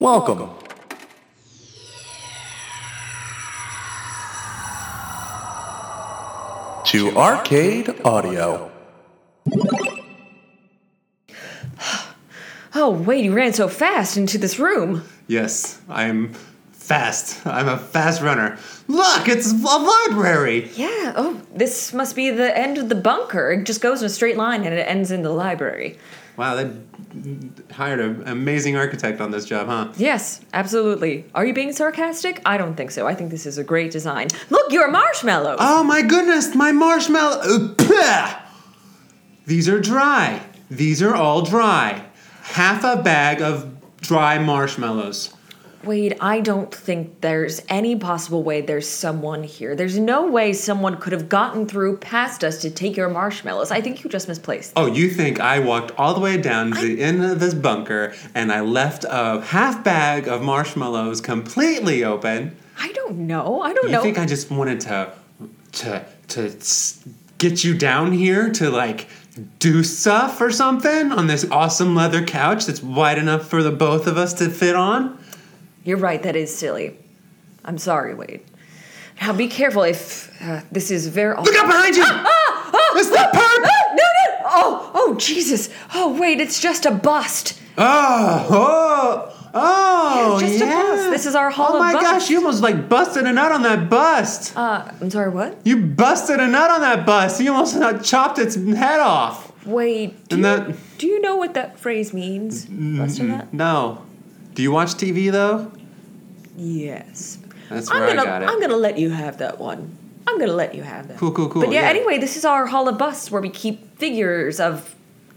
Welcome. To Arcade Audio. Oh, wait, you ran so fast into this room. Yes, I'm fast. I'm a fast runner. Look, it's a library. Yeah, oh, this must be the end of the bunker. It just goes in a straight line and it ends in the library. Wow, they hired an amazing architect on this job, huh? Yes, absolutely. Are you being sarcastic? I don't think so. I think this is a great design. Look, you're marshmallows. Oh my goodness, my marshmallow. Ugh, These are dry. These are all dry. Half a bag of dry marshmallows. Wade, I don't think there's any possible way there's someone here. There's no way someone could have gotten through past us to take your marshmallows. I think you just misplaced. Oh, you think I walked all the way down to the end of this bunker and I left a half bag of marshmallows completely open? I don't know. I don't You know. think I just wanted to to to s- get you down here to like do stuff or something on this awesome leather couch that's wide enough for the both of us to fit on? You're right, that is silly. I'm sorry, Wade. Now be careful if uh, this is very. Ah! Look out behind you! It's the perp! No, no! Oh, oh, Jesus! Oh, wait, it's just a bust. Oh, oh, oh! Yeah, it's just a yeah. bust. This is our hall Oh of my busts. gosh, you almost like busted a nut on that bust. Uh, I'm sorry, what? you busted a nut on that bust. You almost uh, chopped its head off. Wade, do, you, And that- do you know what that phrase means? Bust a nut? No. Do you watch TV though? Yes. That's I'm where I gonna, got it. I'm gonna let you have that one. I'm gonna let you have that. Cool, cool, cool, But yeah, yeah. anyway, this is our Hall of Busts where we keep figures of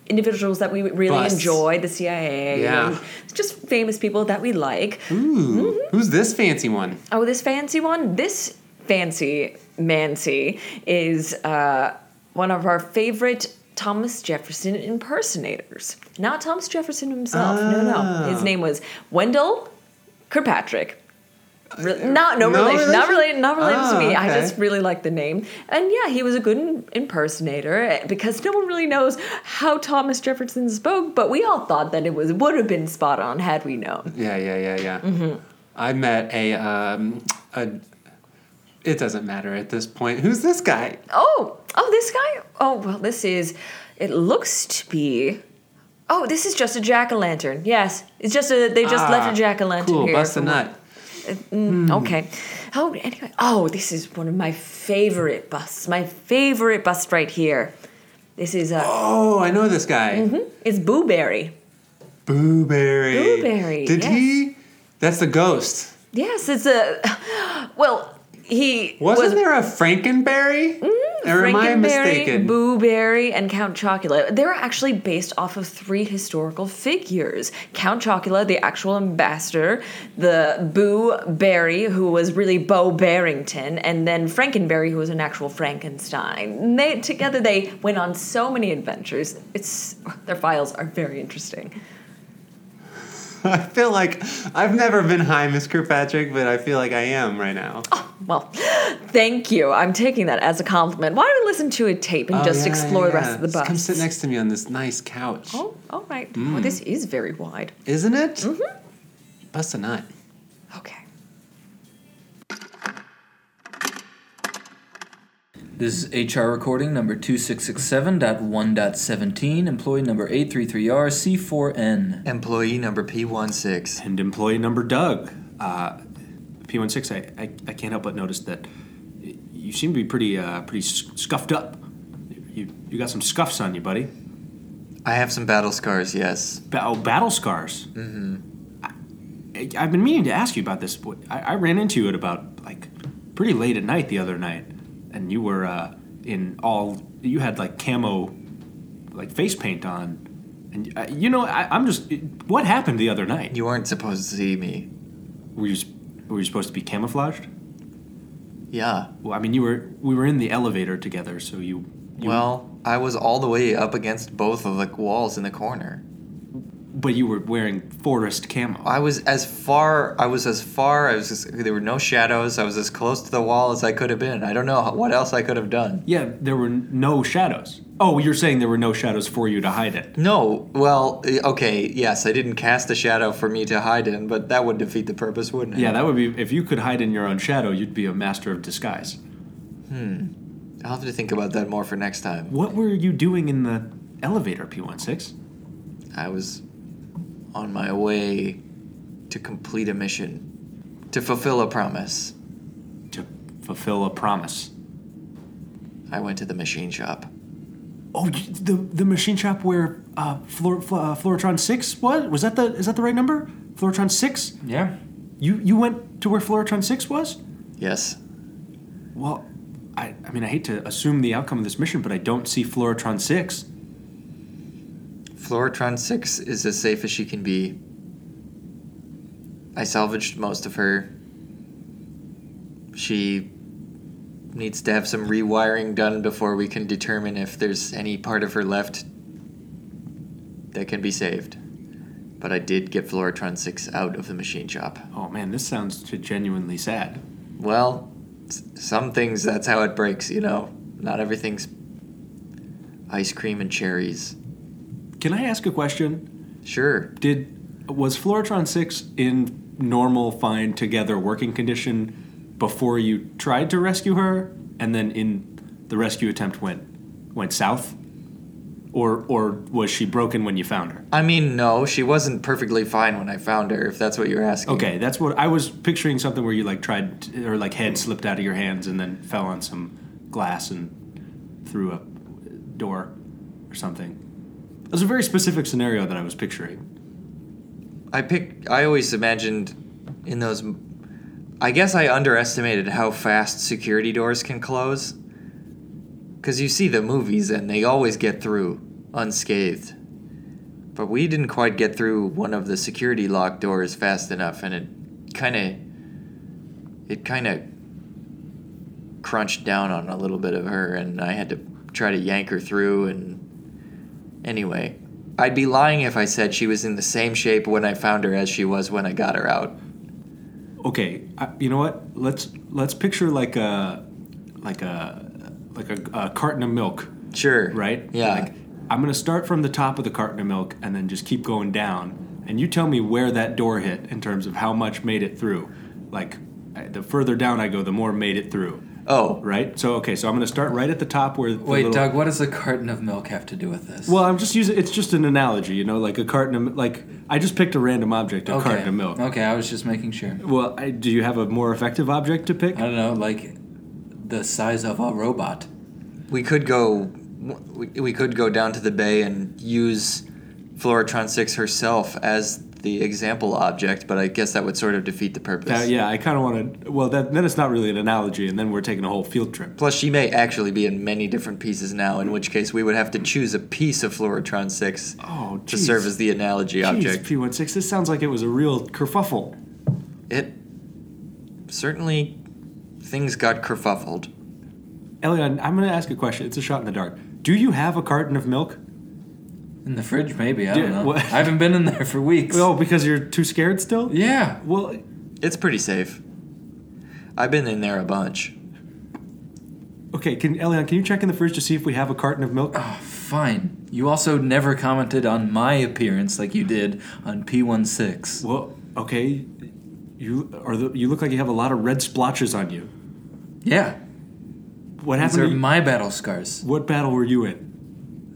individuals that we really Busts. enjoy, the CIA, Yeah. and just famous people that we like. Ooh, Mm-hmm. who's this fancy one? Oh, this fancy one? This fancy Mancy is uh, one of our favorite Thomas Jefferson impersonators. Not Thomas Jefferson himself. No, no. His Ah. name was Wendell Kirkpatrick. Re- not no, Uh, no relation, not relation? related, not related to Ah, me. I okay. just really like the name, and yeah, he was a good im- impersonator eh, because no one really knows how Thomas Jefferson spoke, but we all thought that it was would have been spot on had we known. Yeah, yeah, yeah, yeah. Mm-hmm. I met a um a. It doesn't matter at this point. Who's this guy? Oh, oh, this guy. Oh, well, this is. It looks to be. Oh, this is just a jack o' lantern. Yes, it's just a. They just left a Ah, jack o' lantern Cool, Hmm. here. bust a from- nut. Mm, Okay. Oh, anyway. Oh, this is one of my favorite busts. My favorite bust right here. This is a. Uh, hmm? Oh, I know this guy. It's Booberry. Booberry. Booberry, Did yes. he? That's the ghost. Yes, it's a. Well, he Wasn't was Mm-hmm. there a Frankenberry? or am I mistaken? Booberry, and Count Chocula. They're actually based off of three historical figures. Count Chocula, the actual ambassador, the Boo Berry, who was really Bo Barrington, and then Frankenberry, who was an actual Frankenstein. And They together they went on so many adventures. It's their files are very interesting. I feel like I've never been high, Miss Kirkpatrick, but I feel like I am right now. Well, thank you. I'm taking that as a compliment. Why don't we listen to a tape and Oh, just yeah, explore yeah, the yeah. rest of the Just bus? Come sit next Hmm. to me on this nice couch. Oh, all right. Well, this is very wide. Isn't it? Mm-hmm. Bust a nut. Okay. This is HR recording number 2667.1.17, employee number 833RC4N. Employee number P16. And employee number Doug. Uh, P16, I, I, I can't help but notice that y- you seem to be pretty uh, pretty s- scuffed up. You, you got some scuffs on you, buddy. I have some battle scars, yes. Ba- oh, battle scars. Mm-hmm. I, I've been meaning to ask you about this. What- I, I ran into you at about like pretty late at night the other night, and you were uh, in all you had like camo, like face paint on, and uh, you know I, I'm just what happened the other night? You weren't supposed to see me. Were you s- were you supposed to be camouflaged? Yeah. Well, I mean, you were we were in the elevator together, so you. you Well, I was all the way up against both of the walls in the corner. but you were wearing forest camo. I was as far. I was as far. I was. As, there were no shadows. I was as close to the wall as I could have been. I don't know how- what else I could have done. yeah, there were no shadows. Oh, you're saying there were no shadows for you to hide it. No, well, eh, okay, yes, I didn't cast a shadow for me to hide in, but that would defeat the purpose, wouldn't it? Yeah, that would be if you could hide in your own shadow, you'd be a master of disguise. I'll have to think about that more for next time. What were you doing in the elevator, P16? I was on my way to complete a mission, to fulfill a promise. To fulfill a promise. I went to the machine shop. Oh, y- the the machine shop where uh, Flor, Fl- uh, Floratron Six was was that the is that the right number? Floratron Six. Yeah. You you went to where Floratron Six was? Yes, Well, I I mean I hate to assume the outcome of this mission, but I don't see Floratron Six. Floratron 6 is as safe as she can be. I salvaged most of her. She needs to have some rewiring done before we can determine if there's any part of her left that can be saved. But I did get Floratron 6 out of the machine shop. Oh man, this sounds t- genuinely sad. Well, s- some things that's how it breaks, you know? Not everything's ice cream and cherries. Can I ask a question? Sure, Did was Floratron Six in normal, fine, together working condition before you tried to rescue her, and then in the rescue attempt went went south, or or was she broken when you found her? I mean, no, she wasn't perfectly fine when I found her, if that's what you're asking. Okay, that's what I was picturing something where you like tried to, or like head slipped out of your hands and then fell on some glass and through a door or something. It was a very specific scenario that I was picturing. I pick. I always imagined in those. I guess I underestimated how fast security doors can close. Because you see the movies and they always get through unscathed. But we didn't quite get through one of the security lock doors fast enough, and it kind of. It kind of crunched down on a little bit of her, and I had to try to yank her through, and Anyway, I'd be lying if I said she was in the same shape when I found her as she was when I got her out. okay I, you know what let's let's picture like a like a like a, a carton of milk Sure. right Yeah. like i'm gonna start from the top of the carton of milk and then just keep going down and you tell me where that door hit in terms of how much made it through like I- the further down i go the more made it through oh, right so okay so i'm gonna start right at the top where the Wait, little- Doug, what does a carton of milk have to do with this? well i'm just using it's just an analogy you know like a carton of like i just picked a random object a okay. carton of milk Okay, I was just making sure. well I, do you have a more effective object to pick I don't know, like the size of a robot. we could go. We, we could go down to the bay and use Floratron Six herself as the example object, but I guess that would sort of defeat the purpose. Uh, yeah, I kind of want to. Well, that, then it's not really an analogy, and then we're taking a whole field trip. Plus, she may actually be in many different pieces now, in which case we would have to choose a piece of Floratron Six Oh, to geez. serve as the analogy object. P one six. This sounds like it was a real kerfuffle. It certainly things got kerfuffled. Elion, I'm going to ask a question. It's a shot in the dark. Do you have a carton of milk? In the fridge, maybe. I Dude, don't know. what- I haven't been in there for weeks. Oh, because you're too scared still. Yeah. Well, It's pretty safe. I've been in there a bunch. okay. Can Elion, can you check in the fridge to see if we have a carton of milk? Ah. Fine. You also never commented on my appearance like you did on P16. Well, okay. You are the, you look like you have a lot of red splotches on you. Yeah. What These happened? are to you- my battle scars. what battle were you in?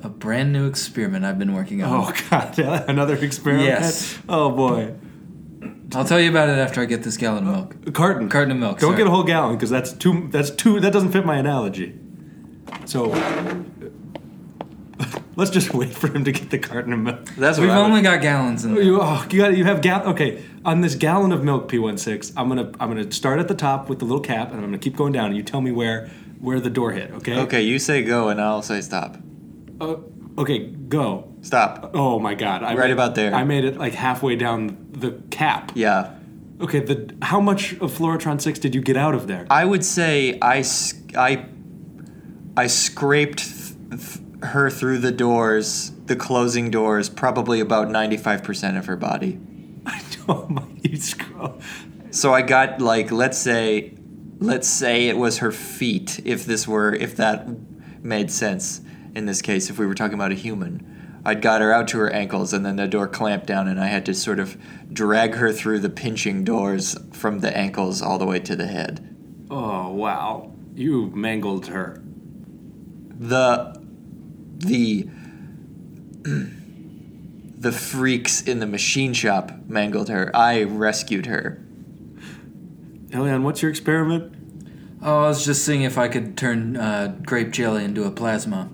A brand new experiment I've been working on. Oh God! Another experiment. Yes. Oh boy. I'll tell you about it after I get this gallon of milk. A carton. Carton of milk. Don't sorry. get a whole gallon because that's too. That's too. That doesn't fit my analogy. So let's just wait for him to get the carton of milk. That's what We've I would- only got gallons in there. You, oh, you got. You have gal. Okay, on this gallon of milk, P16. I'm gonna. I'm gonna start at the top with the little cap, and I'm gonna keep going down. And you tell me where where the door hit. Okay. Okay, you say go and I'll say stop. Uh, okay. Go. Stop. Oh my God! I Right made- about there. I made it like halfway down the cap. Yeah. Okay. The how much of Floratron Six did you get out of there? I would say I s- I I scraped th- th- her through the doors, the closing doors, probably about 95% of her body. I don't. Oh My, you scroll. So I got like let's say let's say it was her feet if this were if that made sense. in this case, if we were talking about a human, I'd got her out to her ankles and then the door clamped down and I had to sort of drag her through the pinching doors from the ankles all the way to the head. Oh wow, you mangled her. The the the freaks in the machine shop mangled her. I rescued her. Elian, what's your experiment? Oh, I was just seeing if I could turn uh, grape jelly into a plasma.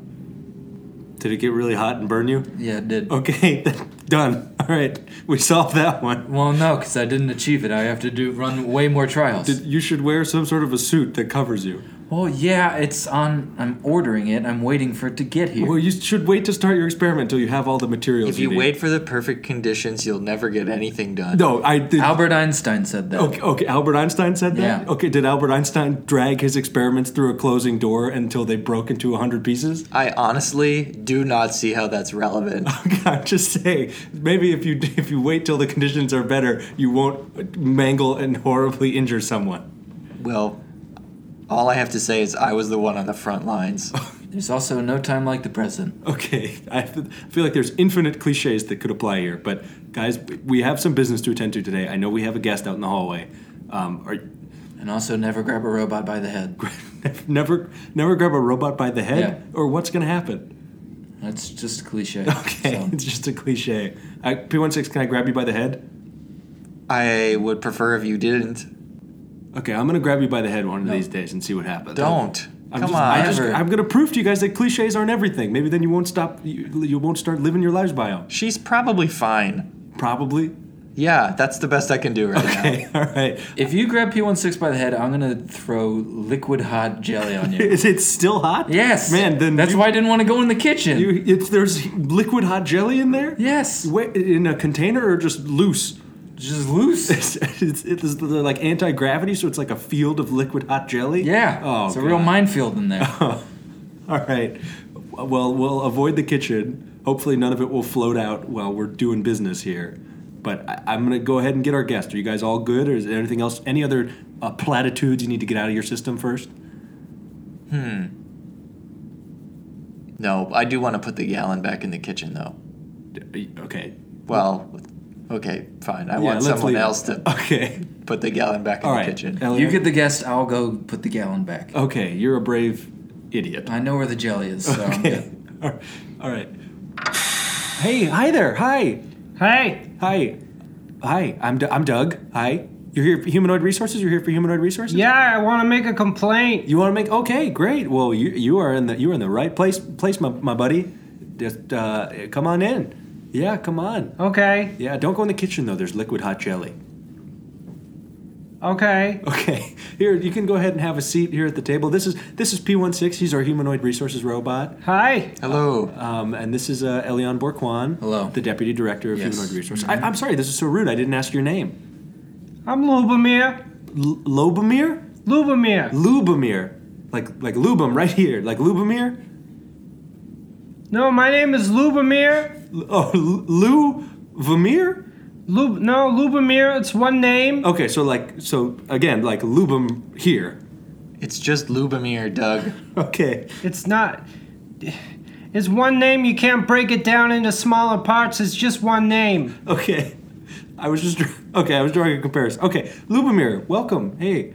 Did it get really hot and burn you? Yeah, it did. Okay, done. All right, we solved that one. Well, no, because I didn't achieve it. I have to do run way more trials. Did- You should wear some sort of a suit that covers you. well, yeah, it's on. I'm ordering it. I'm waiting for it to get here. Well, you should wait to start your experiment until you have all the materials. If you need. wait for the perfect conditions, you'll never get anything done. no, I did. Oh. Albert Einstein said that. Okay, okay, Albert Einstein said that? Yeah. Okay, did Albert Einstein drag his experiments through a closing door until they broke into 100 pieces? I honestly do not see how that's relevant. I'm just saying, maybe if you if you wait till the conditions are better, you won't mangle and horribly injure someone. well, all I have to say is I was the one on the front lines. There's also no time like the present. Okay, I f- feel like there's infinite cliches that could apply here, but guys, we have some business to attend to today. I know we have a guest out in the hallway. Um, are, And also, never grab a robot by the head. never never grab a robot by the head, Yeah. or what's going to happen? That's just a cliche. Okay, so. it's just a cliche. I, P16, can I grab you by the head? I would prefer if you didn't. Okay, I'm gonna grab you by the head one of these days and see what happens. Don't. I'm Come just- on. I'm, just- Never. I'm gonna prove to you guys that cliches aren't everything. Maybe then you won't stop. You, you won't start living your lives by them. She's probably fine. Probably. Yeah, that's the best I can do right Okay. All right. If you grab P16 by the head, I'm gonna throw liquid hot jelly on you. Is it still hot? yes, Man, then that's you, why I didn't want to go in the kitchen. you. It's there's liquid hot jelly in there. yes, Wait, in a container or just loose? just loose. It's, it's, it's like anti gravity, so it's like a field of liquid hot jelly. Yeah, Oh, it's a real God. minefield in there. All right. Well, we'll avoid the kitchen. Hopefully, none of it will float out while we're doing business here. But I, I'm going to go ahead and get our guest. Are you guys all good, or is there anything else? Any other uh, platitudes you need to get out of your system first? now. No, I do want to put the gallon back in the kitchen though. Okay. Well, okay, fine. I Yeah, want let's someone leave it. else to Okay. put the gallon back in All the right. kitchen. Elliot. You get the guest. I'll go put the gallon back. Okay, you're a brave idiot. I know where the jelly is, so I'm Okay. good. All right. Hey, hi there. Hi. Hey, Hi. Hi. I'm, D- I'm Doug. Hi. You're here for Humanoid Resources? You're here for Humanoid Resources? yeah, I want to make a complaint. You want to make okay, great. Well, you you are in the you are in the right place, place, my, my buddy. Just uh, come on in. Yeah, come on. Okay, Yeah, don't go in the kitchen though. There's liquid hot jelly. okay. Okay, here you can go ahead and have a seat here at the table. This is this is P16. He's our humanoid resources robot, Hi. Hello. um, and this is uh, Elion Borquan. Hello. the deputy director of Yes. Mm-hmm. humanoid resources. I, I'm sorry, this is so rude. I didn't ask your name. I'm Lubomir. L- Lobomir, Lubomir. Lubomir, like like Lubum right here, like Lubomir. No, my name is Lubomir. L- oh, Lou Vamir. Lub. No, Lubomir. It's one name. Okay, so like, so again, like Lubum here. It's just Lubomir, Doug. Okay. It's not. It's one name. You can't break it down into smaller parts. It's just one name. Okay. I was just okay. I was drawing a comparison. Okay, Lubomir, welcome. Hey,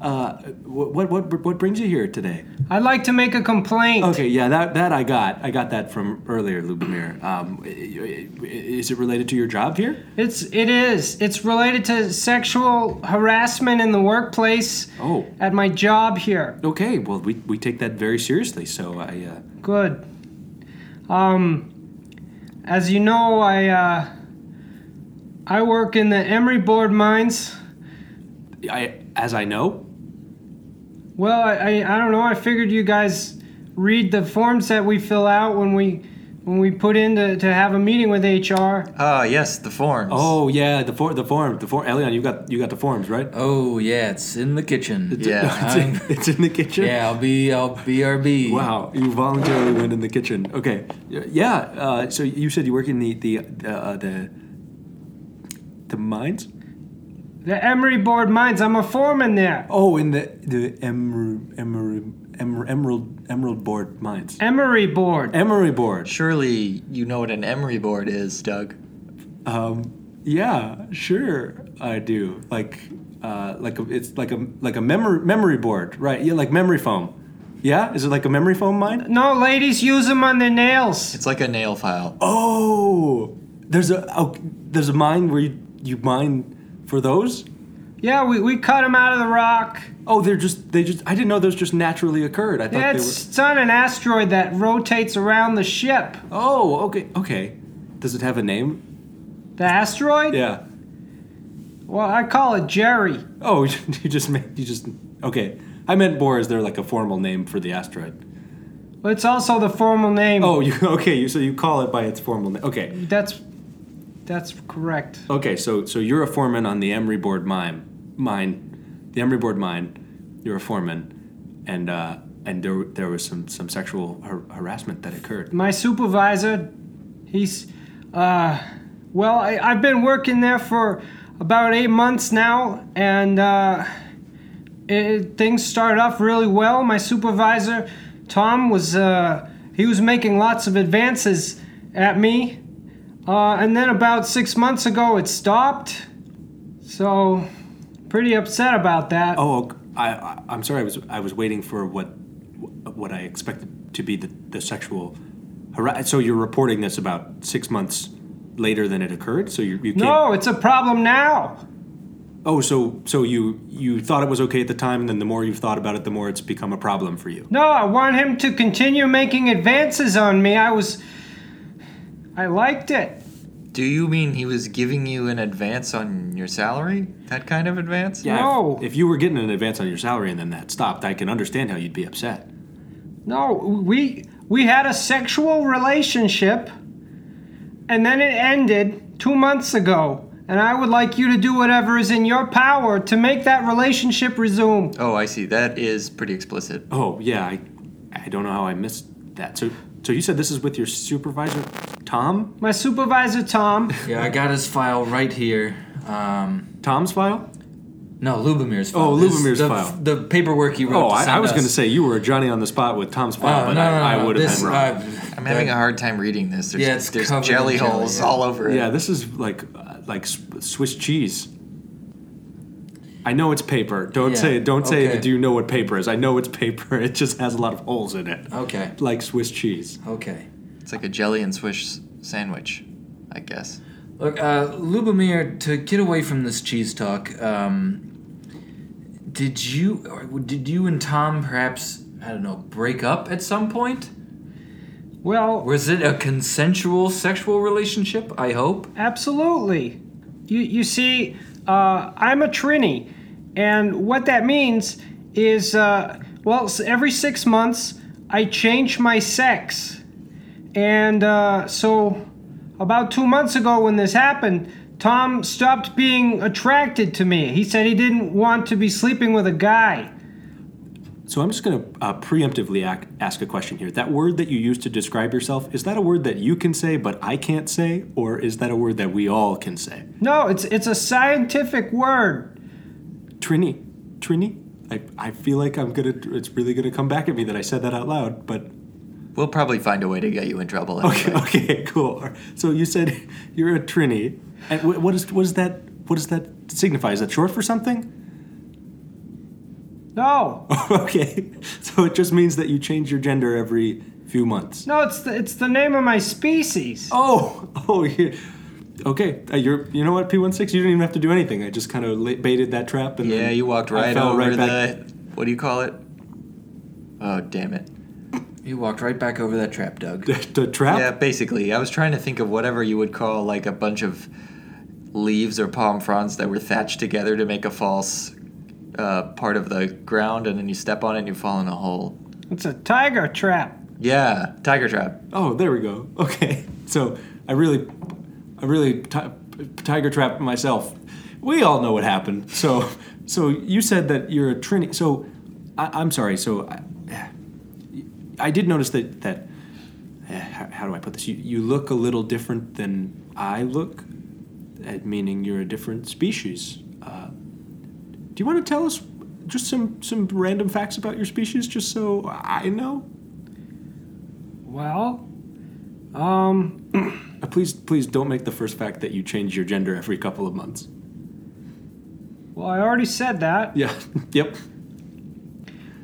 uh, what what what brings you here today? I'd like to make a complaint. Okay, yeah, that that I got. I got that from earlier, Lubomir. Um, i- i- is it related to your job here? It's. It is. It's related to sexual harassment in the workplace. Oh. At my job here. Okay, well, we, we take that very seriously. So I uh, Good. Um, as you know, I uh, I work in the emery board mines. I as I know. Well, I, I I don't know. I figured you guys read the forms that we fill out when we when we put in to, to have a meeting with HR. Ah, yes, the forms. Oh yeah, the for, the form the form. Elion, you got you got the forms right? Oh yeah, it's in the kitchen. Yeah. it's, in, it's in the kitchen. Yeah, I'll be I'll BRB. Wow, you voluntarily went in the kitchen. Okay, Y- yeah. Uh, so you said you work in the the uh, the the uh, mines. The Emery Board Mines. I'm a foreman there. Oh, in the the emerald emerald emerald emerald board mines. Emery Board. Emery board. Surely you know what an emery board is, Doug. Um, yeah, sure, I do. Like, uh, like a, it's like a like a memory memory board, right? Yeah, like memory foam. Yeah, is it like a memory foam mine? No, ladies use them on their nails. It's like a nail file. Oh, there's a oh, there's a mine where you, you mine for those. Yeah, we, we cut them out of the rock. Oh, they're just they just I didn't know those just naturally occurred. I thought Yeah, they it's, were. it's on an asteroid that rotates around the ship. Oh, okay, okay. Does it have a name? The asteroid? Yeah. Well, I call it Jerry. Oh, you just made you just okay. I meant Bohr. Is there like a formal name for the asteroid? But it's also the formal name. Oh, you okay? You so you call it by its formal name? Okay, That's that's correct. okay. So so you're a foreman on the Emery Board mine, mine, the Emery Board mine. You're a foreman, and uh, and there there was some some sexual har- harassment that occurred. My supervisor, he's uh well, I, I've been working there for about 8 months now and uh it, things started off really well. My supervisor, Tom, was uh, he was making lots of advances at me, uh, and then about six months ago, it stopped. So, pretty upset about that. Oh, I, I I'm sorry. I was I was waiting for what what I expected to be the the sexual harass. So you're reporting this about six months later than it occurred. So you you can't. no, it's a problem now. Oh, so so you you thought it was okay at the time, and then the more you've thought about it, the more it's become a problem for you. No, I want him to continue making advances on me. I was, I liked it. Do you mean he was giving you an advance on your salary? That kind of advance? Yeah. if- No. If, you were getting an advance on your salary and then that stopped, I can understand how you'd be upset. No, we we had a sexual relationship and then it ended 2 months ago. And I would like you to do whatever is in your power to make that relationship resume. Oh, I see. That is pretty explicit. Oh yeah, I I don't know how I missed that. So so you said this is with your supervisor, Tom? My supervisor Tom, Yeah, I got his file right here. Um, Tom's file? no, Lubomir's file. Oh, This- Lubomir's the, file. The paperwork he wrote. Oh, to I, I send was us. going to say you were Johnny on the spot with Tom's Oh, file, but no, no, I, no, I would have this- been wrong. uh, I'm having a hard time reading this. There's, Yeah, it's there's covered in jelly jelly, holes yeah. all over Yeah, it. this is like uh, like S- Swiss cheese. I know it's paper. Don't Yeah, say don't say okay. do you know what paper is? I know it's paper. It just has a lot of holes in it. Okay. Like Swiss cheese. Okay. It's like a jelly and Swiss sandwich, I guess. Look, uh, Lubomir, to get away from this cheese talk, um, did you or did you and Tom perhaps I don't know break up at some point? well, Was it a consensual sexual relationship? I hope. absolutely. You you see, uh, I'm a trini, and what that means is, uh, well, s- every six months I change my sex, and uh, so about two months ago when this happened, Tom stopped being attracted to me. He said he didn't want to be sleeping with a guy. So I'm just going to uh, preemptively ac- ask a question here. That word that you use to describe yourself, is that a word that you can say but I can't say or is that a word that we all can say? No, it's it's a scientific word. Trini. Trini? I, I feel like I'm gonna. It's really gonna come back at me that I said that out loud, but We'll probably find a way to get you in trouble. Anyway. Okay, okay, cool. So you said you're a trini, and wh- what is what is that? What does that signify? Is that short for something? No, okay, so it just means that you change your gender every few months. no, it's the, it's the name of my species. Oh, oh, you okay. Uh, you're you know what? P 16 You didn't even have to do anything. I just kind of la- baited that trap, and Yeah, then you walked I right fell over right back. the. What do you call it? Oh, damn it. You walked right back over that trap, Doug. the trap. Yeah, basically. I was trying to think of whatever you would call like a bunch of leaves or palm fronds that were thatched together to make a false uh, part of the ground, and then you step on it and you fall in a hole. It's a tiger trap. Yeah, tiger trap. Oh, there we go. Okay, so I really, I really ti- tiger trapped myself. We all know what happened. So, so you said that you're a trini. So, I, I'm sorry. So, I, I did notice that that. eh, How, how do I put this? You you look a little different than I look, eh, meaning you're a different species. Do you want to tell us just some some random facts about your species, just so I know? Well, um, Uh, please, please don't make the first fact that you change your gender every couple of months. well, I already said that. Yeah. yep.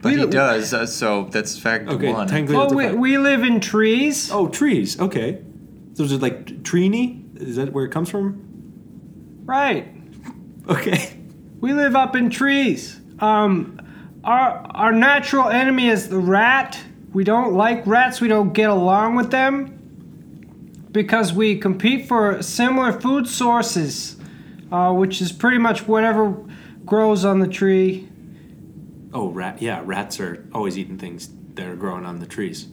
But he We- does, uh, so that's fact Okay. one. Technically, that's a Oh, we, fact. we live in trees. Oh, trees. Okay. Those are like trini. Is that where it comes from? Right. Okay. We live up in trees. Um, our our natural enemy is the rat. We don't like rats. We don't get along with them because we compete for similar food sources, uh, which is pretty much whatever grows on the tree. Oh, rat. Yeah, rats are always eating things that are growing on the trees.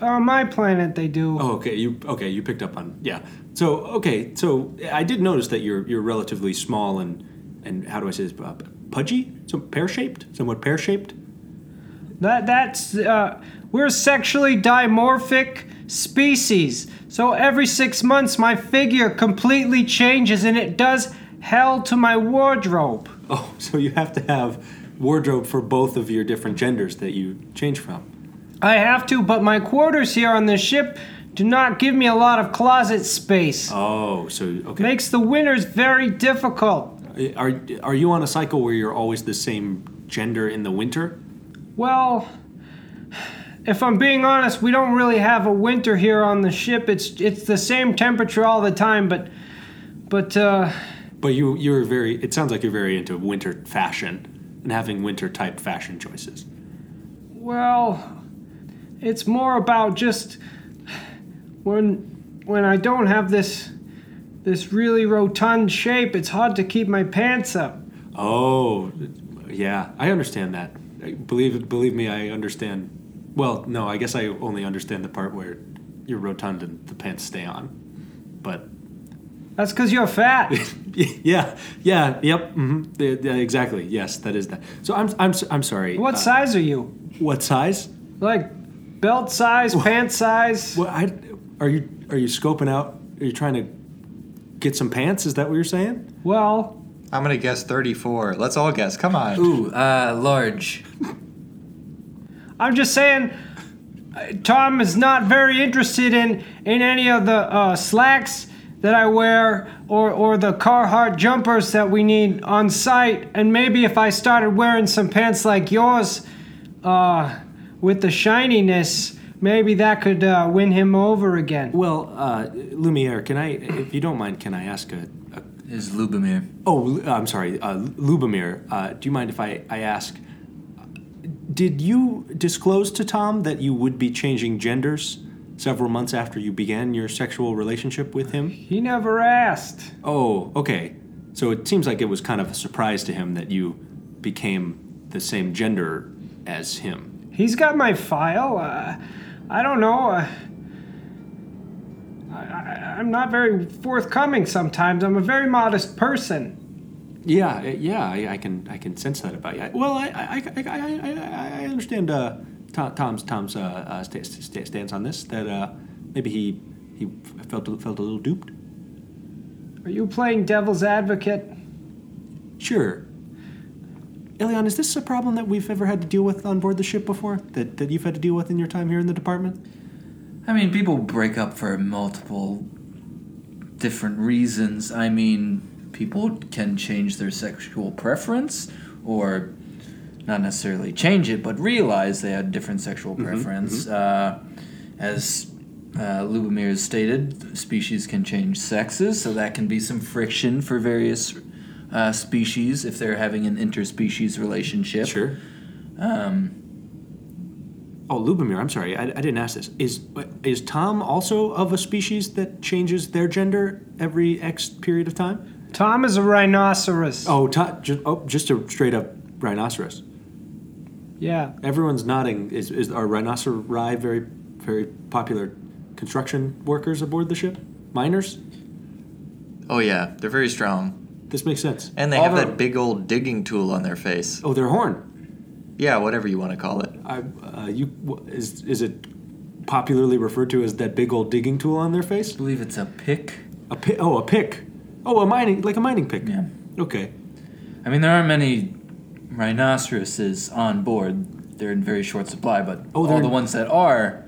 On uh, my planet, they do. Oh, okay. You okay? You picked up on yeah. So okay. So I did notice that you're you're relatively small and and how do I say this? Uh, pudgy. So pear shaped. Somewhat pear shaped. That that's uh, we're a sexually dimorphic species. So every six months, my figure completely changes, and it does hell to my wardrobe. Oh, so you have to have wardrobe for both of your different genders that you change from. I have to, but my quarters here on this ship do not give me a lot of closet space. Oh, so okay. Uh, Makes the winters very difficult. Are are you on a cycle where you're always the same gender in the winter? Well, if I'm being honest, we don't really have a winter here on the ship. It's it's the same temperature all the time, but but uh, But you you're very. It sounds like you're very into winter fashion and having winter type fashion choices. well, it's more about just when when I don't have this this really rotund shape, it's hard to keep my pants up. Oh, yeah, I understand that. Believe believe me, I understand. Well, no, I guess I only understand the part where you're rotund and the pants stay on. But That's because you're fat. yeah, yeah, yep, hmm yeah, exactly. Yes, that is that. So I'm I'm s- I'm sorry. What uh, size are you? What size? Like belt size, pant size? What I are you are you scoping out? Are you trying to get some pants? Is that what you're saying? Well, I'm gonna guess 34. Let's all guess. Come on. Ooh, uh, large. I'm just saying, uh, Tom is not very interested in in any of the uh, slacks that I wear or or the Carhartt jumpers that we need on site. And maybe if I started wearing some pants like yours, uh, with the shininess, maybe that could uh, win him over again. Well, uh, Lumiere, can I, if you don't mind, can I ask a, a Is Lubomir. Oh, Lu- I'm sorry, uh, Lubomir. Uh, do you mind if I, I ask? Did you disclose to Tom that you would be changing genders several months after you began your sexual relationship with him? He never asked. Oh, okay. So it seems like it was kind of a surprise to him that you became the same gender as him. He's got my file. Uh, I don't know. Uh, I, I, I'm not very forthcoming sometimes. I'm a very modest person. Yeah, uh, yeah, I, I can I can sense that about you. I- Well, I I, I, I, I, I understand uh, Tom, Tom's Tom's uh, uh, sta sta stance on this that uh, maybe he he felt a- felt a little duped. Are you playing devil's advocate? Sure. Elion, is this a problem that we've ever had to deal with on board the ship before? That, that you've had to deal with in your time here in the department? I mean, people break up for multiple different reasons. I mean, people can change their sexual preference or not necessarily change it, but realize they had different sexual preference. Uh, as uh, Lubomir has stated, species can change sexes, so that can be some friction for various uh, species if they're having an interspecies relationship. Um, Oh, Lubomir, I'm sorry, I, I didn't ask this. Is is Tom also of a species that changes their gender every X period of time? Tom is a rhinoceros. Oh, to, just, oh just a straight up rhinoceros. Yeah. Everyone's nodding. Is, is are rhinoceri very very popular construction workers aboard the ship? Miners? Oh yeah, they're very strong, This makes sense. and they All have the- that big old digging tool on their face. Oh, their horn. Yeah, whatever you want to call it. I, uh, you wh- is is it popularly referred to as that big old digging tool on their face? I believe it's a pick. A pi- oh, a pick. Oh, a mining like a mining pick. Yeah. Okay. I mean, there aren't many rhinoceroses on board. They're in very short supply, but Oh, they're- all the ones that are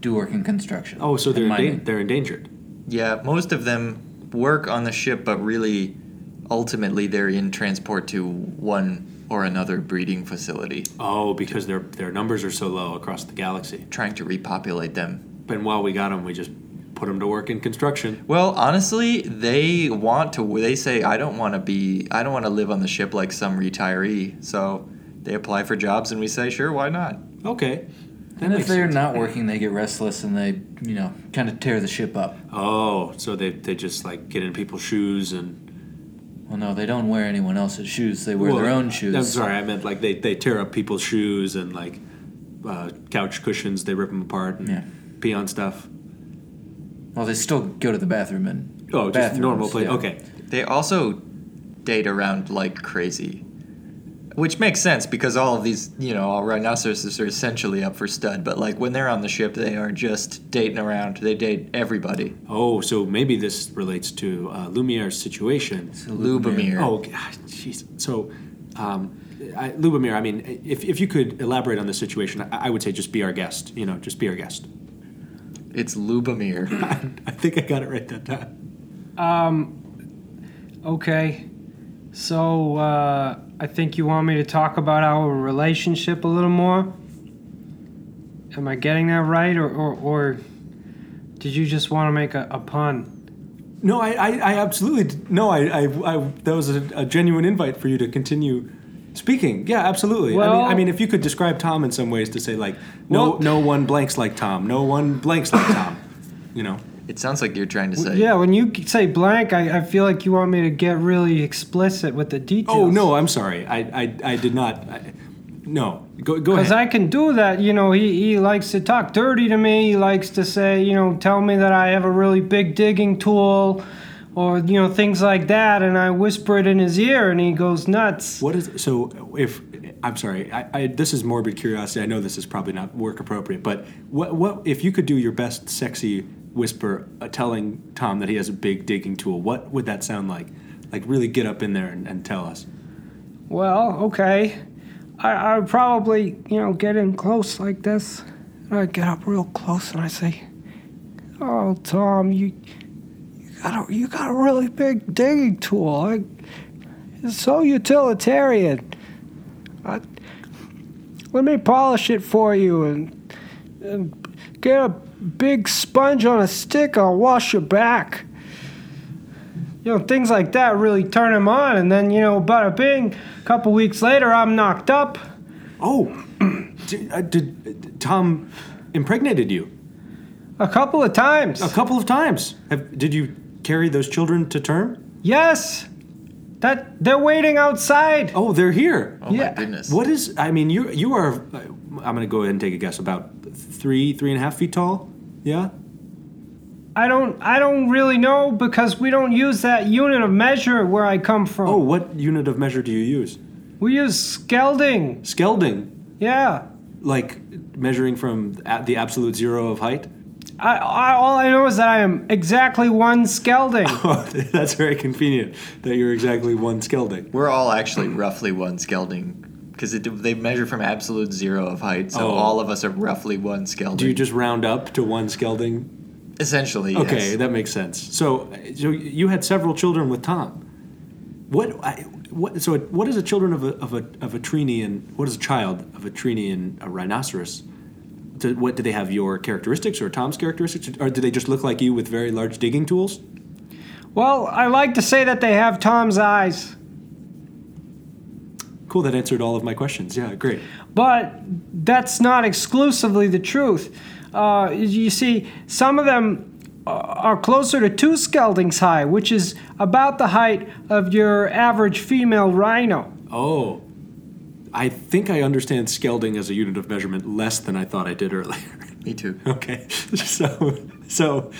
do work in construction. Oh, so and they're mining. endan- they're endangered. Yeah, most of them work on the ship, but really, ultimately, they're in transport to one or another breeding facility, Oh, because their their numbers are so low across the galaxy. trying to repopulate them. But while we got them, we just put them to work in construction. Well, honestly, they want to. They say, "I don't want to be. I don't want to live on the ship like some retiree." So they apply for jobs, and we say, "Sure, why not?" Okay. That And if makes they're sense. not working, they get restless and they, you know, kind of tear the ship up. Oh, so they they just like get in people's shoes and Well, no, they don't wear anyone else's shoes. They wear their Well, own shoes. I'm sorry, I meant like they they tear up people's shoes and like uh, couch cushions. They rip them apart and Yeah. pee on stuff. Well, they still go to the bathroom and. Oh, just bathrooms, normal place. yeah. Okay. They also date around like crazy. Which makes sense because all of these, you know, all rhinoceroses are essentially up for stud, but like when they're on the ship, they are just dating around. They date everybody. Oh, so maybe this relates to uh, Lumiere's situation. Lubomir. Oh, g- ah, jeez. So, um, I, Lubomir, I mean, if, if you could elaborate on the situation, I, I would say just be our guest. You know, just be our guest. It's Lubomir. I think I got it right that time. Okay. So, uh, I think you want me to talk about our relationship a little more? Am I getting that right? Or, or, or did you just want to make a, a pun? No, I, I, I absolutely d- no. I, I, I that was a, a genuine invite for you to continue speaking. Yeah, absolutely. I Well- mean, I mean, if you could describe Tom in some ways to say like, no, Well- no one blanks like Tom. No one blanks like Tom. You know. it sounds like you're trying to say. Yeah, when you say blank, I, I feel like you want me to get really explicit with the details. Oh no, I'm sorry. I, I, I did not. I, no, go, go ahead. Because I can do that. You know, he, he likes to talk dirty to me. He likes to say, you know, tell me that I have a really big digging tool or, you know, things like that. And I whisper it in his ear and he goes nuts. What is so? If I'm sorry, I, I, this is morbid curiosity. I know this is probably not work appropriate, but what what if you could do your best sexy whisper, uh, telling Tom that he has a big digging tool? What would that sound like? Like really get up in there and, and tell us. Well, okay. I, I would probably, you know, get in close like this. And I get up real close and I say, Oh, Tom, you, you, got, a, you got a really big digging tool. I, it's so utilitarian. I, let me polish it for you and, and get a big sponge on a stick. I'll wash your back you know, things like that really turn him on. And then, you know, bada bing, a couple weeks later, I'm knocked up. Oh, did, uh, did uh, Tom impregnated you A couple of times. a couple of times? Have, did you carry those children to term? Yes. That they're waiting outside. Oh, they're here. Oh Yeah. my goodness. What is? I mean, you you are. I'm gonna go ahead and take a guess. About three three and a half feet tall. Yeah. I don't I don't really know because we don't use that unit of measure where I come from. Oh, what unit of measure do you use? We use skelding. Skelding, Yeah. like measuring from at the absolute zero of height. I, I all I know is that I am exactly one skelding. That's very convenient that you're exactly one skelding. We're all actually roughly one skelding because they measure from absolute zero of height, so Oh. all of us are roughly one skelding. Do you just round up to one skelding? Essentially, Okay, yes. that makes sense. So, so you had several children with Tom. What? I, what? So, what is a children of a of a of a trini and what is a child of a trini and a rhinoceros? Do, what do they have? Your characteristics or Tom's characteristics, or do they just look like you with very large digging tools? well, I like to say that they have Tom's eyes. Cool, that answered all of my questions. Yeah, great. But that's not exclusively the truth. Uh, you see, some of them uh, are closer to two skeldings high, which is about the height of your average female rhino. Oh, I think I understand skelding as a unit of measurement less than I thought I did earlier. Me too. okay, so so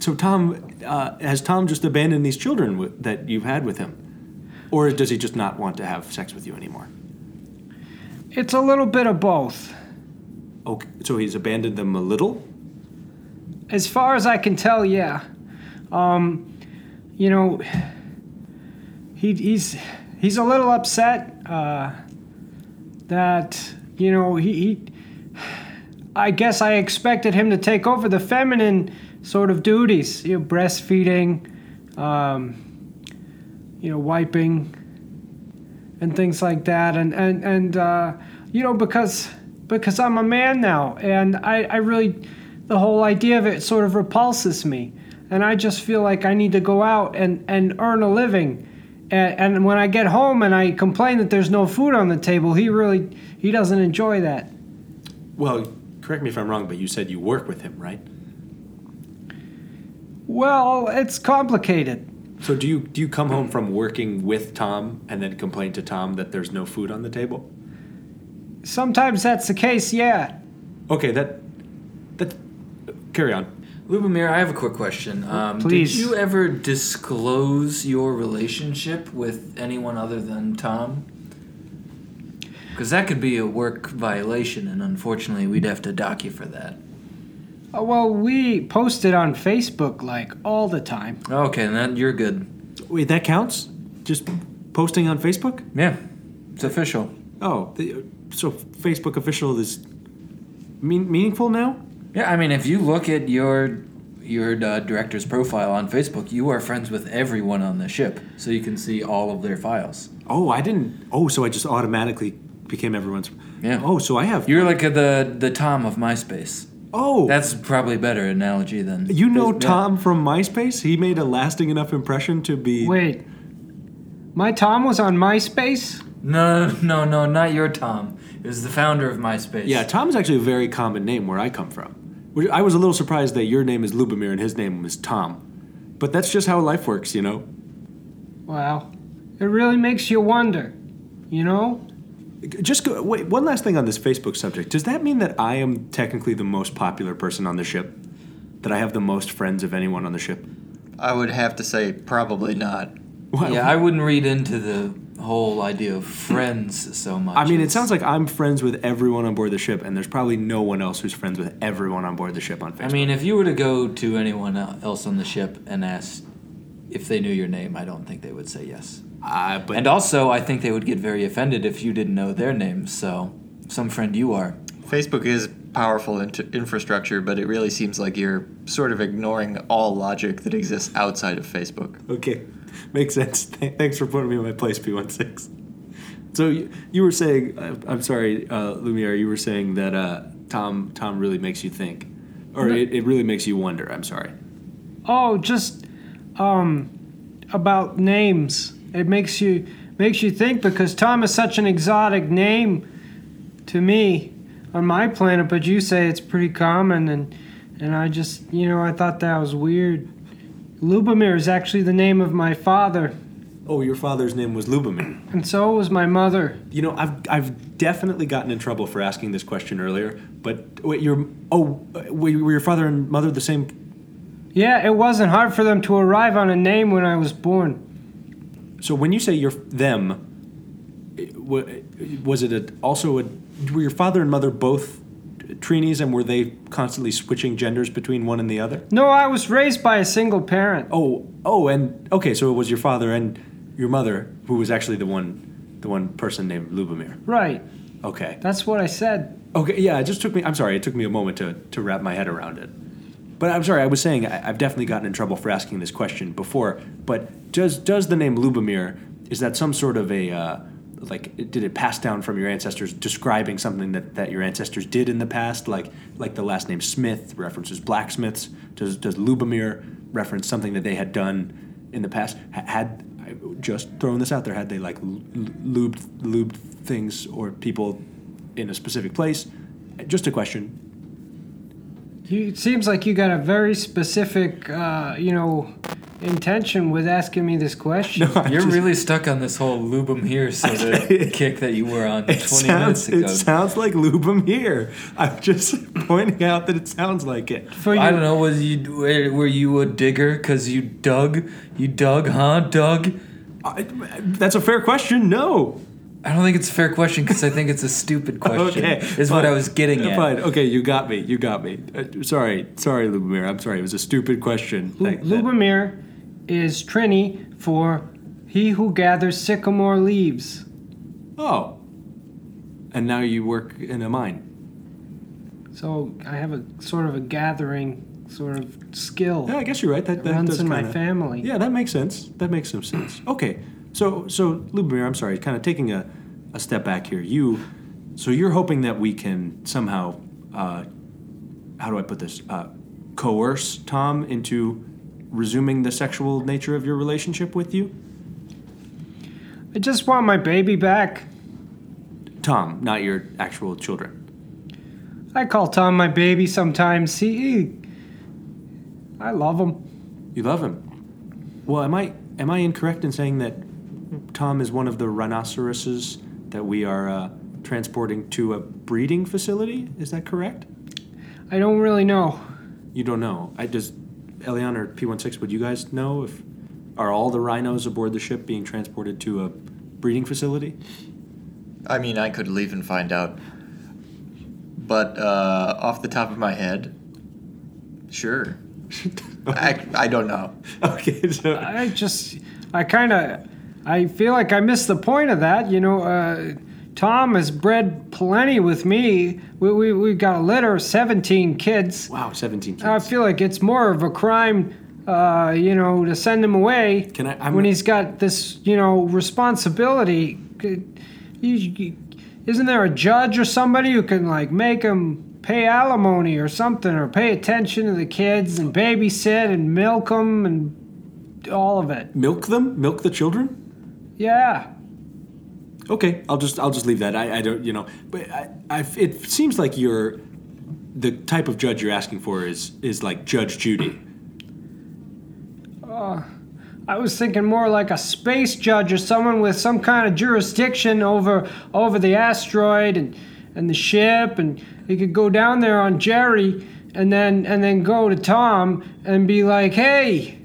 so Tom uh, has Tom just abandoned these children wi- that you've had with him, or does he just not want to have sex with you anymore? It's a little bit of both. Okay, so he's abandoned them a little. As far as I can tell, yeah. Um, you know, he, he's he's a little upset uh, that you know he, he. I guess I expected him to take over the feminine sort of duties, you know, breastfeeding, um, you know, wiping, and things like that, and and and uh, you know because because I'm a man now, and I I really the whole idea of it sort of repulses me, and I just feel like I need to go out and and earn a living, and, and when I get home and I complain that there's no food on the table, he really he doesn't enjoy that. Well, correct me if I'm wrong, but you said you work with him, right? Well, it's complicated. So do you do you come home from working with Tom and then complain to Tom that there's no food on the table? Sometimes that's the case, yeah. Okay, that that carry on. Lubomir, I have a quick question. Um, Please. Did you ever disclose your relationship with anyone other than Tom? Because that could be a work violation, and unfortunately, we'd have to dock you for that. Uh, Well, we post it on Facebook like all the time. Okay, then you're good. Wait, that counts? Just posting on Facebook? Yeah, it's official. Oh, the, so Facebook official is mean, meaningful now? Yeah, I mean, if you look at your your uh, director's profile on Facebook, you are friends with everyone on the ship, so you can see all of their files. Oh, I didn't. Oh, so I just automatically became everyone's. Yeah. Oh, so I have. You're like the the Tom of MySpace. oh, That's probably a better analogy than you know Yeah. Tom from MySpace. He made a lasting enough impression to be. Wait, my Tom was on MySpace? No, no, no, not your Tom. It was the founder of MySpace. Yeah, Tom's actually a very common name where I come from. Which- I was a little surprised that your name is Lubomir and his name is Tom, but that's just how life works, you know. Wow, it really makes you wonder, you know? Just go, wait. One last thing on this Facebook subject. Does that mean that I am technically the most popular person on the ship? That I have the most friends of anyone on the ship? I would have to say probably not. Well, yeah. I wouldn't read into the whole idea of friends so much. I mean, it sounds like I'm friends with everyone on board the ship, and there's probably no one else who's friends with everyone on board the ship on Facebook. I mean, if you were to go to anyone else on the ship and ask if they knew your name, I don't think they would say yes. uh, but And also, I think they would get very offended if you didn't know their name. So, some friend you are. Facebook is powerful int- infrastructure, but it really seems like you're sort of ignoring all logic that exists outside of Facebook. okay, makes sense. Th- thanks for putting me in my place, P16. So you, you were saying, I, I'm sorry, uh, Lumiere, you were saying that uh, Tom Tom really makes you think, or it, it really makes you wonder. I'm sorry. Oh, just um about names. It makes you makes you think because Tom is such an exotic name to me on my planet, but you say it's pretty common and and I just, you know, I thought that was weird. Lubomir is actually the name of my father, Oh, your father's name was Lubomir. and so was my mother. You know, I've I've definitely gotten in trouble for asking this question earlier. But wait, your oh, uh, were were your father and mother the same Yeah, it wasn't hard for them to arrive on a name when I was born. So when you say you're them, it wa- was it a, also a, were your father and mother both Trinis and were they constantly switching genders between one and the other? No, I was raised by a single parent. Oh, oh, and okay, so it was your father and your mother who was actually the one, the one person named Lubomir. Right. Okay, That's what I said. okay, yeah. It just took me. I'm sorry, it took me a moment to to wrap my head around it. But I'm sorry, I was saying I, I've definitely gotten in trouble for asking this question before. But does does the name Lubomir is that some sort of a uh, like did it pass down from your ancestors describing something that, that your ancestors did in the past like like the last name Smith references blacksmiths does does Lubomir reference something that they had done in the past Ha- had I just throwing this out there had they like l- lubed lubed things or people in a specific place just a question You, it seems like you got a very specific, uh, you know, intention with asking me this question. You're really stuck on this whole lubum here, so the kick that you were on 20 It minutes sounds, ago. it sounds like Lubum here. I'm just pointing out that it sounds like it. For you, I don't know. Was you were were you a digger? Cause you dug, you dug, huh? Dug. I, that's a fair question. No. I don't think it's a fair question because I think it's a stupid question. Okay. is what fine. I was getting at. Fine. Okay, you got me. You got me. Uh, sorry. Sorry, Lubomir. I'm sorry. It was a stupid question. Lu- Thank- Lubomir is Trini for He who gathers sycamore leaves. Oh. And now you work in a mine. So I have a sort of a gathering sort of skill. Yeah, I guess you're right. That, It that runs does in my kinda- family. Yeah, that makes sense. That makes some sense. Okay, so so Lubomir, I'm sorry, kind of taking a, a step back here. You, so you're hoping that we can somehow, uh, how do I put this, uh, coerce Tom into resuming the sexual nature of your relationship with you, I just want my baby back. Tom, not your actual children. I call Tom my baby sometimes. He, he I love him. You love him. Well, am I am I incorrect in saying that Tom is one of the rhinoceroses that we are uh, transporting to a breeding facility? Is that correct? I don't really know. You don't know. I just Elion or P16. Would you guys know if are all the rhinos aboard the ship being transported to a breeding facility? I mean, I could leave and find out. But uh, off the top of my head, sure. I, I don't know. Okay, so I just, I kind of, I feel like I missed the point of that. You know, uh, Tom has bred plenty with me. We, we, we got a litter of 17 kids. wow, seventeen I kids. feel like it's more of a crime, uh, you know, to send him away Can I? I'm, when he's got this, you know, responsibility. Could- you- you- Isn't there a judge or somebody who can, like, make him pay alimony or something or pay attention to the kids and babysit and milk them and all of it? milk them, milk the children. Yeah. Okay, I'll just I'll just leave that. I, I don't you know, but I, I it seems like you're the type of judge you're asking for is is like Judge Judy. I was thinking more like a space judge or someone with some kind of jurisdiction over over the asteroid and and the ship and he could go down there on Jerry and then and then go to Tom and be like, "Hey,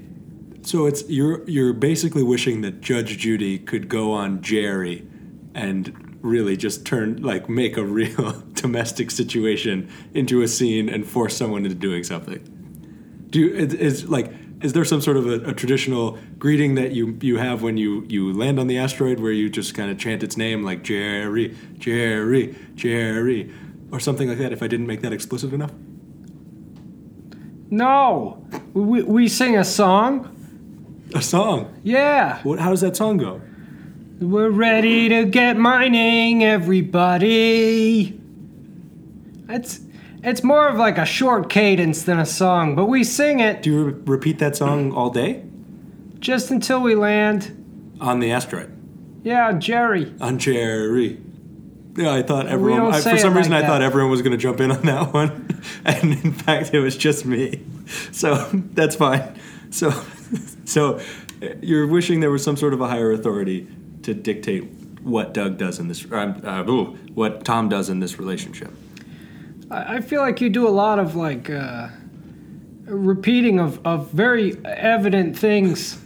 So it's you're you're basically wishing that Judge Judy could go on Jerry and really just turn like make a real domestic situation into a scene and force someone into doing something. Do you, is, is like is there some sort of a, a traditional greeting that you you have when you you land on the asteroid where you just kind of chant its name like Jerry, Jerry, Jerry or something like that if I didn't make that explicit enough? no. We we sing a song." A song. Yeah, What how does that song go? we're ready to get mining, everybody. It's it's more of like a short cadence than a song, but we sing it Do you re- repeat that song all day? just until we land. On the asteroid. Yeah, Jerry. On Jerry. Yeah, I thought everyone. don't I, say for some it reason, like I thought that. everyone was going to jump in on that one, and in fact, it was just me. So that's fine. So, so uh, you're wishing there was some sort of a higher authority to dictate what Doug does in this, or, um, uh, ooh, what Tom does in this relationship. I I feel like you do a lot of like uh, repeating of, of very evident things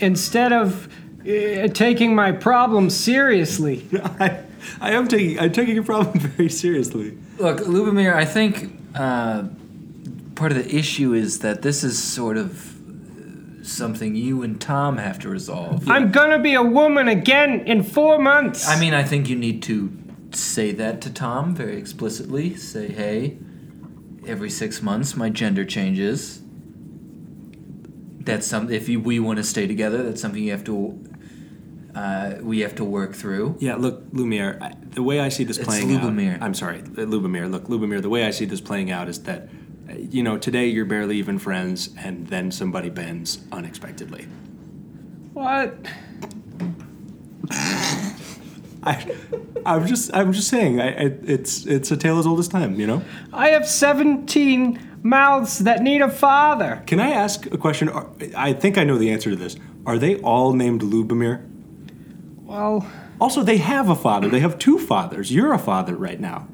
instead of uh, taking my problem seriously. I, I am taking, I'm taking your problem very seriously. Look, Lubomir, I think uh, part of the issue is that this is sort of uh, something you and Tom have to resolve. I'm gonna be a woman again in four months. I mean, I think you need to say that to Tom very explicitly. Say, hey, every six months my gender changes. That's something. If you, we want to stay together, that's something you have to. Uh, we have to work through. Yeah, look, Lumiere, I- the way I see this It's playing Lubomir. out. I'm sorry, uh, Lubomir. Look, Lubomir, the way I see this playing out is that, uh, you know, today you're barely even friends, and then somebody bends unexpectedly. what? I, I'm just, I'm just saying, I, I, it's, it's a tale as old as time, you know. I have 17 mouths that need a father. Can I ask a question? Are- I think I know the answer to this. Are they all named Lubomir? Well, Also, they have a father. They have two fathers. You're a father right now,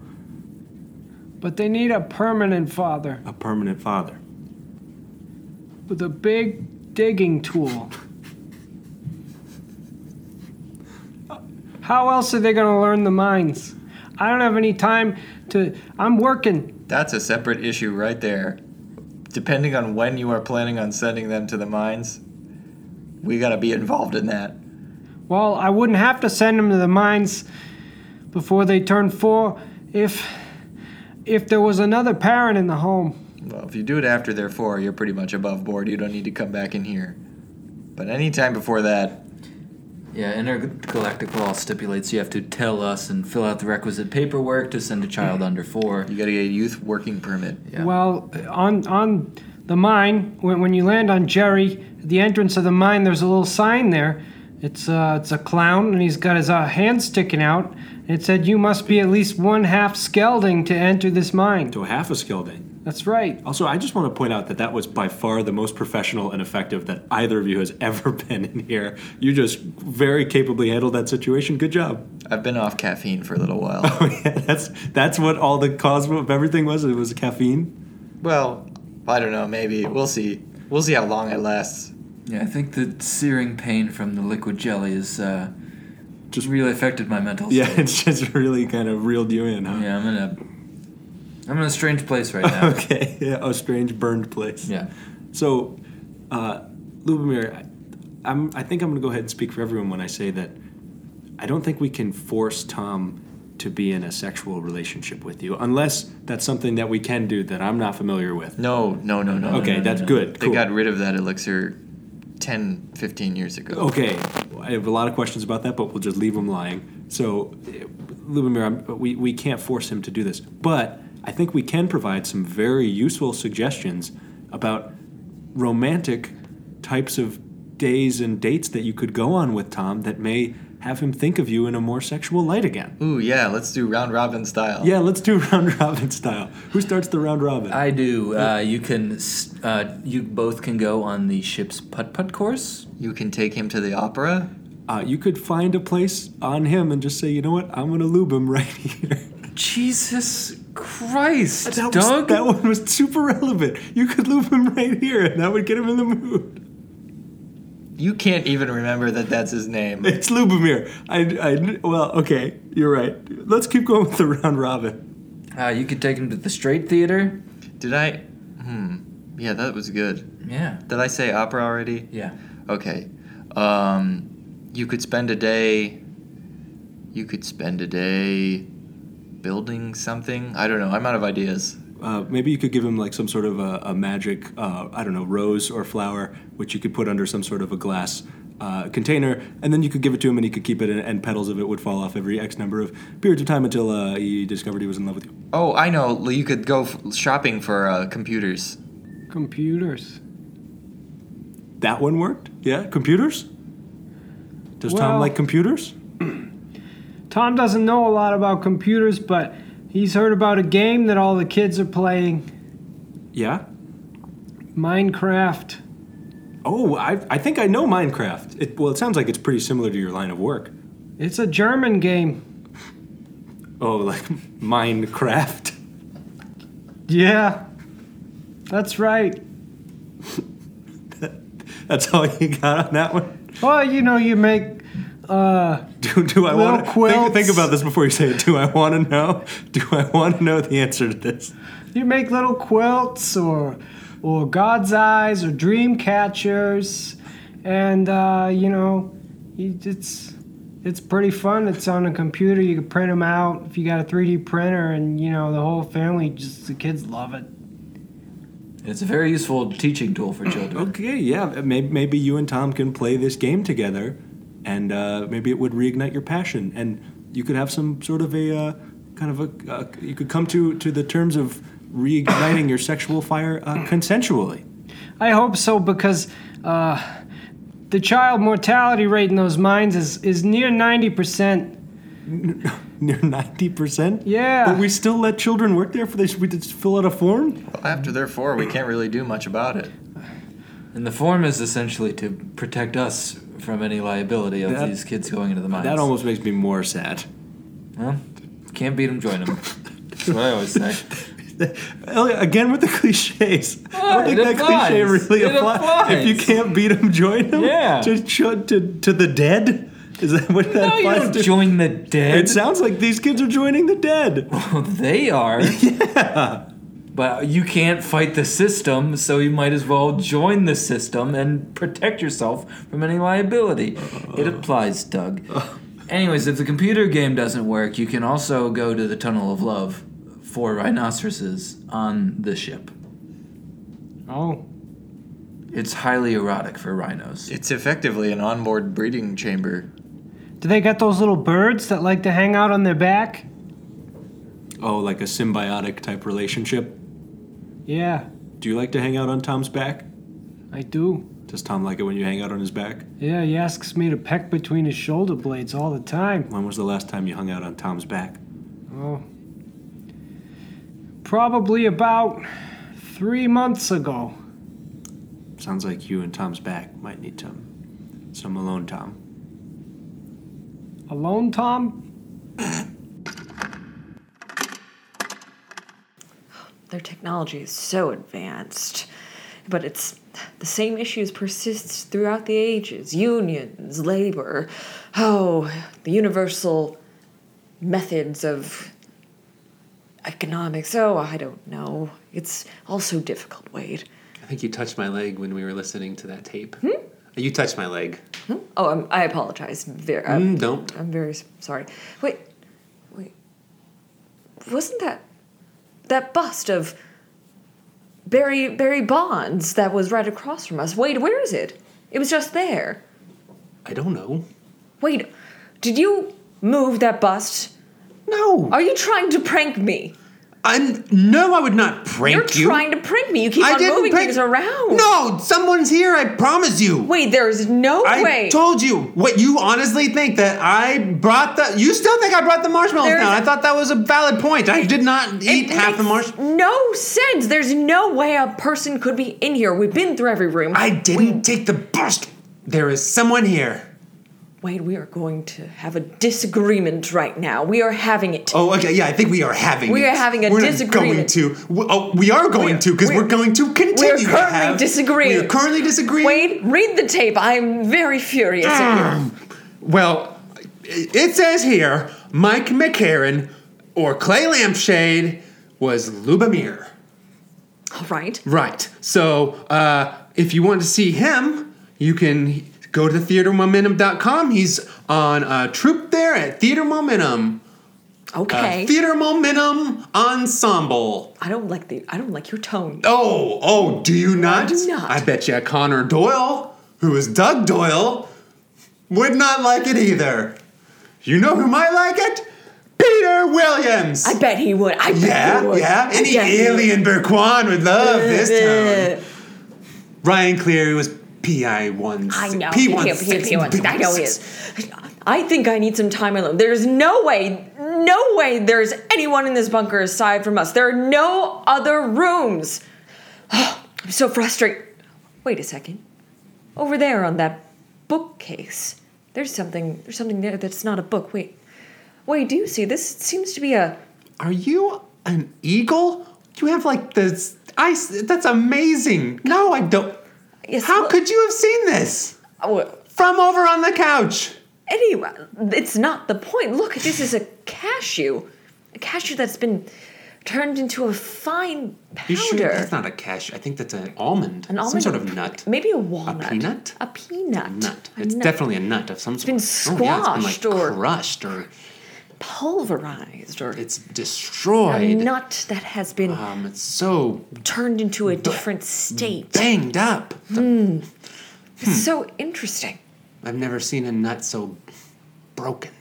but they need a permanent father a permanent father. with a big digging tool. How else are they going to learn the mines? I don't have any time to. I'm working. That's a separate issue right there. Depending on when you are planning on sending them to the mines, we gotta be involved in that. Well, I wouldn't have to send them to the mines before they turn four if if there was another parent in the home. Well, if you do it after they're four, you're pretty much above board. You don't need to come back in here. But anytime before that, Yeah, intergalactic law stipulates you have to tell us and fill out the requisite paperwork to send a child under four. you gotta get a youth working permit. Yeah. Well, on on the mine when, when you land on Jerry at the entrance of the mine, there's a little sign there. It's uh, it's a clown and he's got his uh, hand sticking out. It said you must be at least one half skelding to enter this mine. To a half a skill then. That's right. Also, I just want to point out that that was by far the most professional and effective that either of you has ever been in here. You just very capably handled that situation. Good job. I've been off caffeine for a little while. Oh yeah, that's that's what all the cause of everything was. It was caffeine. well, I don't know, maybe. We'll see. We'll see how long it lasts. Yeah, I think the searing pain from the liquid jelly is uh, just really affected my mental. Yeah, state. it's just really kind of reeled you in, huh? yeah. I'm in a I'm in a strange place right now. Okay. Yeah, a strange burned place. Yeah. So, uh, Lubomir, I, I'm, I think I'm going to go ahead and speak for everyone when I say that I don't think we can force Tom to be in a sexual relationship with you, unless that's something that we can do that I'm not familiar with. No, no, no, no. okay, no, no, that's no. good. They cool. got rid of that elixir 10, 15 years ago. Okay, I have a lot of questions about that, but we'll just leave him lying. So, eh, Lubomir, I'm, we, we can't force him to do this, but I think we can provide some very useful suggestions about romantic types of days and dates that you could go on with Tom that may have him think of you in a more sexual light again. Ooh, yeah, let's do round robin style. Yeah, let's do round robin style. Who starts the round robin? I do. Uh, you can. s- Uh, you both can go on the ship's putt putt course. You can take him to the opera. Uh, you could find a place on him and just say, you know what, I'm going to lube him right here. Jesus Christ, That, Doug! Was, that one was super relevant. You could loop him right here, and that would get him in the mood. You can't even remember that that's his name. It's Lubomir. I, I, well, okay, you're right. Let's keep going with the round robin. Uh, you could take him to the Straight Theater. Did I? Hmm. Yeah, that was good. Yeah. Did I say opera already? Yeah. Okay. Um, you could spend a day. You could spend a day building something. I don't know. I'm out of ideas. Uh, maybe you could give him like some sort of a, a magic, uh, I don't know, rose or flower, which you could put under some sort of a glass uh, container, and then you could give it to him, and he could keep it, and, and petals of it would fall off every X number of periods of time until uh, he discovered he was in love with you. Oh, I know. You could go f- shopping for uh, computers. Computers. That one worked. Yeah, computers. Does Tom Well- like computers? Tom doesn't know a lot about computers, but he's heard about a game that all the kids are playing, Yeah. Minecraft. Oh, I, I think I know Minecraft. It, well, it sounds like it's pretty similar to your line of work. It's a German game. Oh, like Minecraft. Yeah. That's right. That's all you got on that one. Well, you know, you make uh, Do, do I Little want to think, quilts. think about this before you say it? Do I want to know? Do I want to know the answer to this? you make little quilts or or God's eyes or dream catchers, and uh, you know, you- it's it's pretty fun. It's on a computer. You can print them out if you got a 3D printer, and you know the whole family just the kids love it. It's a very useful teaching tool for children. Okay, yeah, maybe, maybe you and Tom can play this game together, and uh, maybe it would reignite your passion, and you could have some sort of a uh, kind of a uh, you could come to to the terms of reigniting your sexual fire uh, consensually. I hope so because uh, the child mortality rate in those mines is is near 90%. near ninety percent. Yeah. but we still let children work there for this. We just fill out a form. Well, after they're four, we can't really do much about it. And the form is essentially to protect us from any liability of That- these kids going into the mines. That almost makes me more sad. Well, can't beat 'em, join 'em. That's what I always say. Elliot, Again with the cliches. I don't What? think It that cliche applies. really It applies. If you applies. can't beat him, join him. Yeah. To, to, to, to the dead? Is that what that No, you applies don't to? join the dead. it sounds like these kids are joining the dead. they are. But you can't fight the system, so you might as well join the system and protect yourself from any liability. It applies, Doug. Anyways, if the computer game doesn't work, you can also go to the Tunnel of Love for rhinoceroses on the ship. Oh, It's highly erotic for rhinos. It's effectively an onboard breeding chamber. do they got those little birds that like to hang out on their back? Oh, like a symbiotic type relationship. Yeah, Do you like to hang out on Tom's back? I do. Does Tom like it when you hang out on his back? Yeah, he asks me to peck between his shoulder blades all the time. When was the last time you hung out on Tom's back? Oh, probably about three months ago. Sounds like you and Tom's back might need some some alone time. Alone, Tom? Their technology is so advanced, but it's the same issues persists throughout the ages: unions, labor, oh, the universal methods of economics. Oh, I don't know. It's all so difficult, Wade. I think you touched my leg when we were listening to that tape. Hmm? You touched my leg. Oh, I'm, I apologize. Ver- uh, I'm- Mm, don't. I'm very s- sorry. Wait, wait. Wasn't that that bust of Barry Barry Bonds that was right across from us? Wait, where is it? It was just there. I don't know. Wait, did you move that bust? No. Are you trying to prank me? I'm no, I would not prank You're you. trying to prank me. You keep I on didn't moving prank- things around. No, someone's here. I promise you. Wait, there's no I way. told you what you honestly think that I brought the. You still think I brought the marshmallows There's- down? I thought that was a valid point. I did not It eat half the makes marshmallows. No sense. There's no way a person could be in here. We've been through every room. I didn't take the burst. There is someone here. Wade, we are going to have a disagreement right now. We are having it. Oh, okay. Yeah, I think we are having. We it. are having a We're not disagreement. going to. w- Oh, we are going We're- to because we're, we're- going to continue. we are to currently have- disagreeing. We are currently disagreeing. Wade, read the tape. I'm very furious at you. Well, it says here Mike McCarran or Clay Lampshade was Lubomir. All right. Right. So uh, if you want to see him, you can go to theatermomentum.com. He's on a troupe there at Theater Momentum. Uh, Okay. Theater Momentum Ensemble. I don't like the I don't like your tone. Oh, oh, do you not? do not. I bet you Connor Doyle, who is Doug Doyle, would not like it either. You know who might like it? Peter Williams. I bet he would. I bet he yeah, would. yeah. I Any bet he would. alien Berquan would love this Uh, town. Ryan Cleary was PI one. I know. P He one. can't- he can't- I know he is. I think I need some time alone. There's no way, no way there's anyone in this bunker aside from us. There are no other rooms. I'm so frustrated. Wait a second. Over there on that bookcase, there's something there's something there that's not a book. Wait. Wait, do you see this seems to be a Are you an eagle? You have like this. I. That's amazing. No, I don't. yes, How look- could you have seen this oh, from over on the couch? Anyway, it's not the point. Look, this is a cashew. A cashew that's been turned into a fine powder. That's not a cash. I think that's an almond. An Some almond- sort of nut. Maybe a walnut. peanut? A peanut. Nut. A It's nut. definitely a nut of some sort. been oh, yeah, it's squashed been like or- crushed or pulverized or it's a destroyed. nut that has been Um, it's so turned into a different state. banged up. It's so interesting. I've never seen a nut so broken.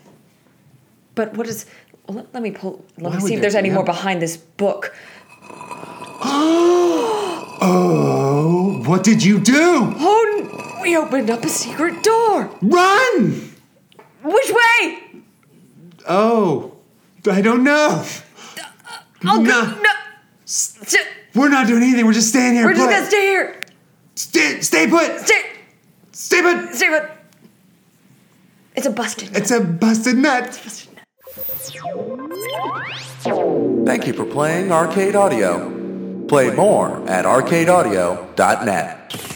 But what is. Let, let me pull. Let Why me would see if there there's any be a- more behind this book. Oh, what did you do? Oh, n- we opened up a secret door. Run! Which way? Oh, I don't know. I'll Nah. go. Oh, No. S- We're not doing anything. We're just staying here. We're just put. gonna stay here. Stay, stay put. Stay, Stay put. stay with. It's a busted. It's a busted nut. Thank you for playing Arcade Audio. Play more at arcadeaudio.net.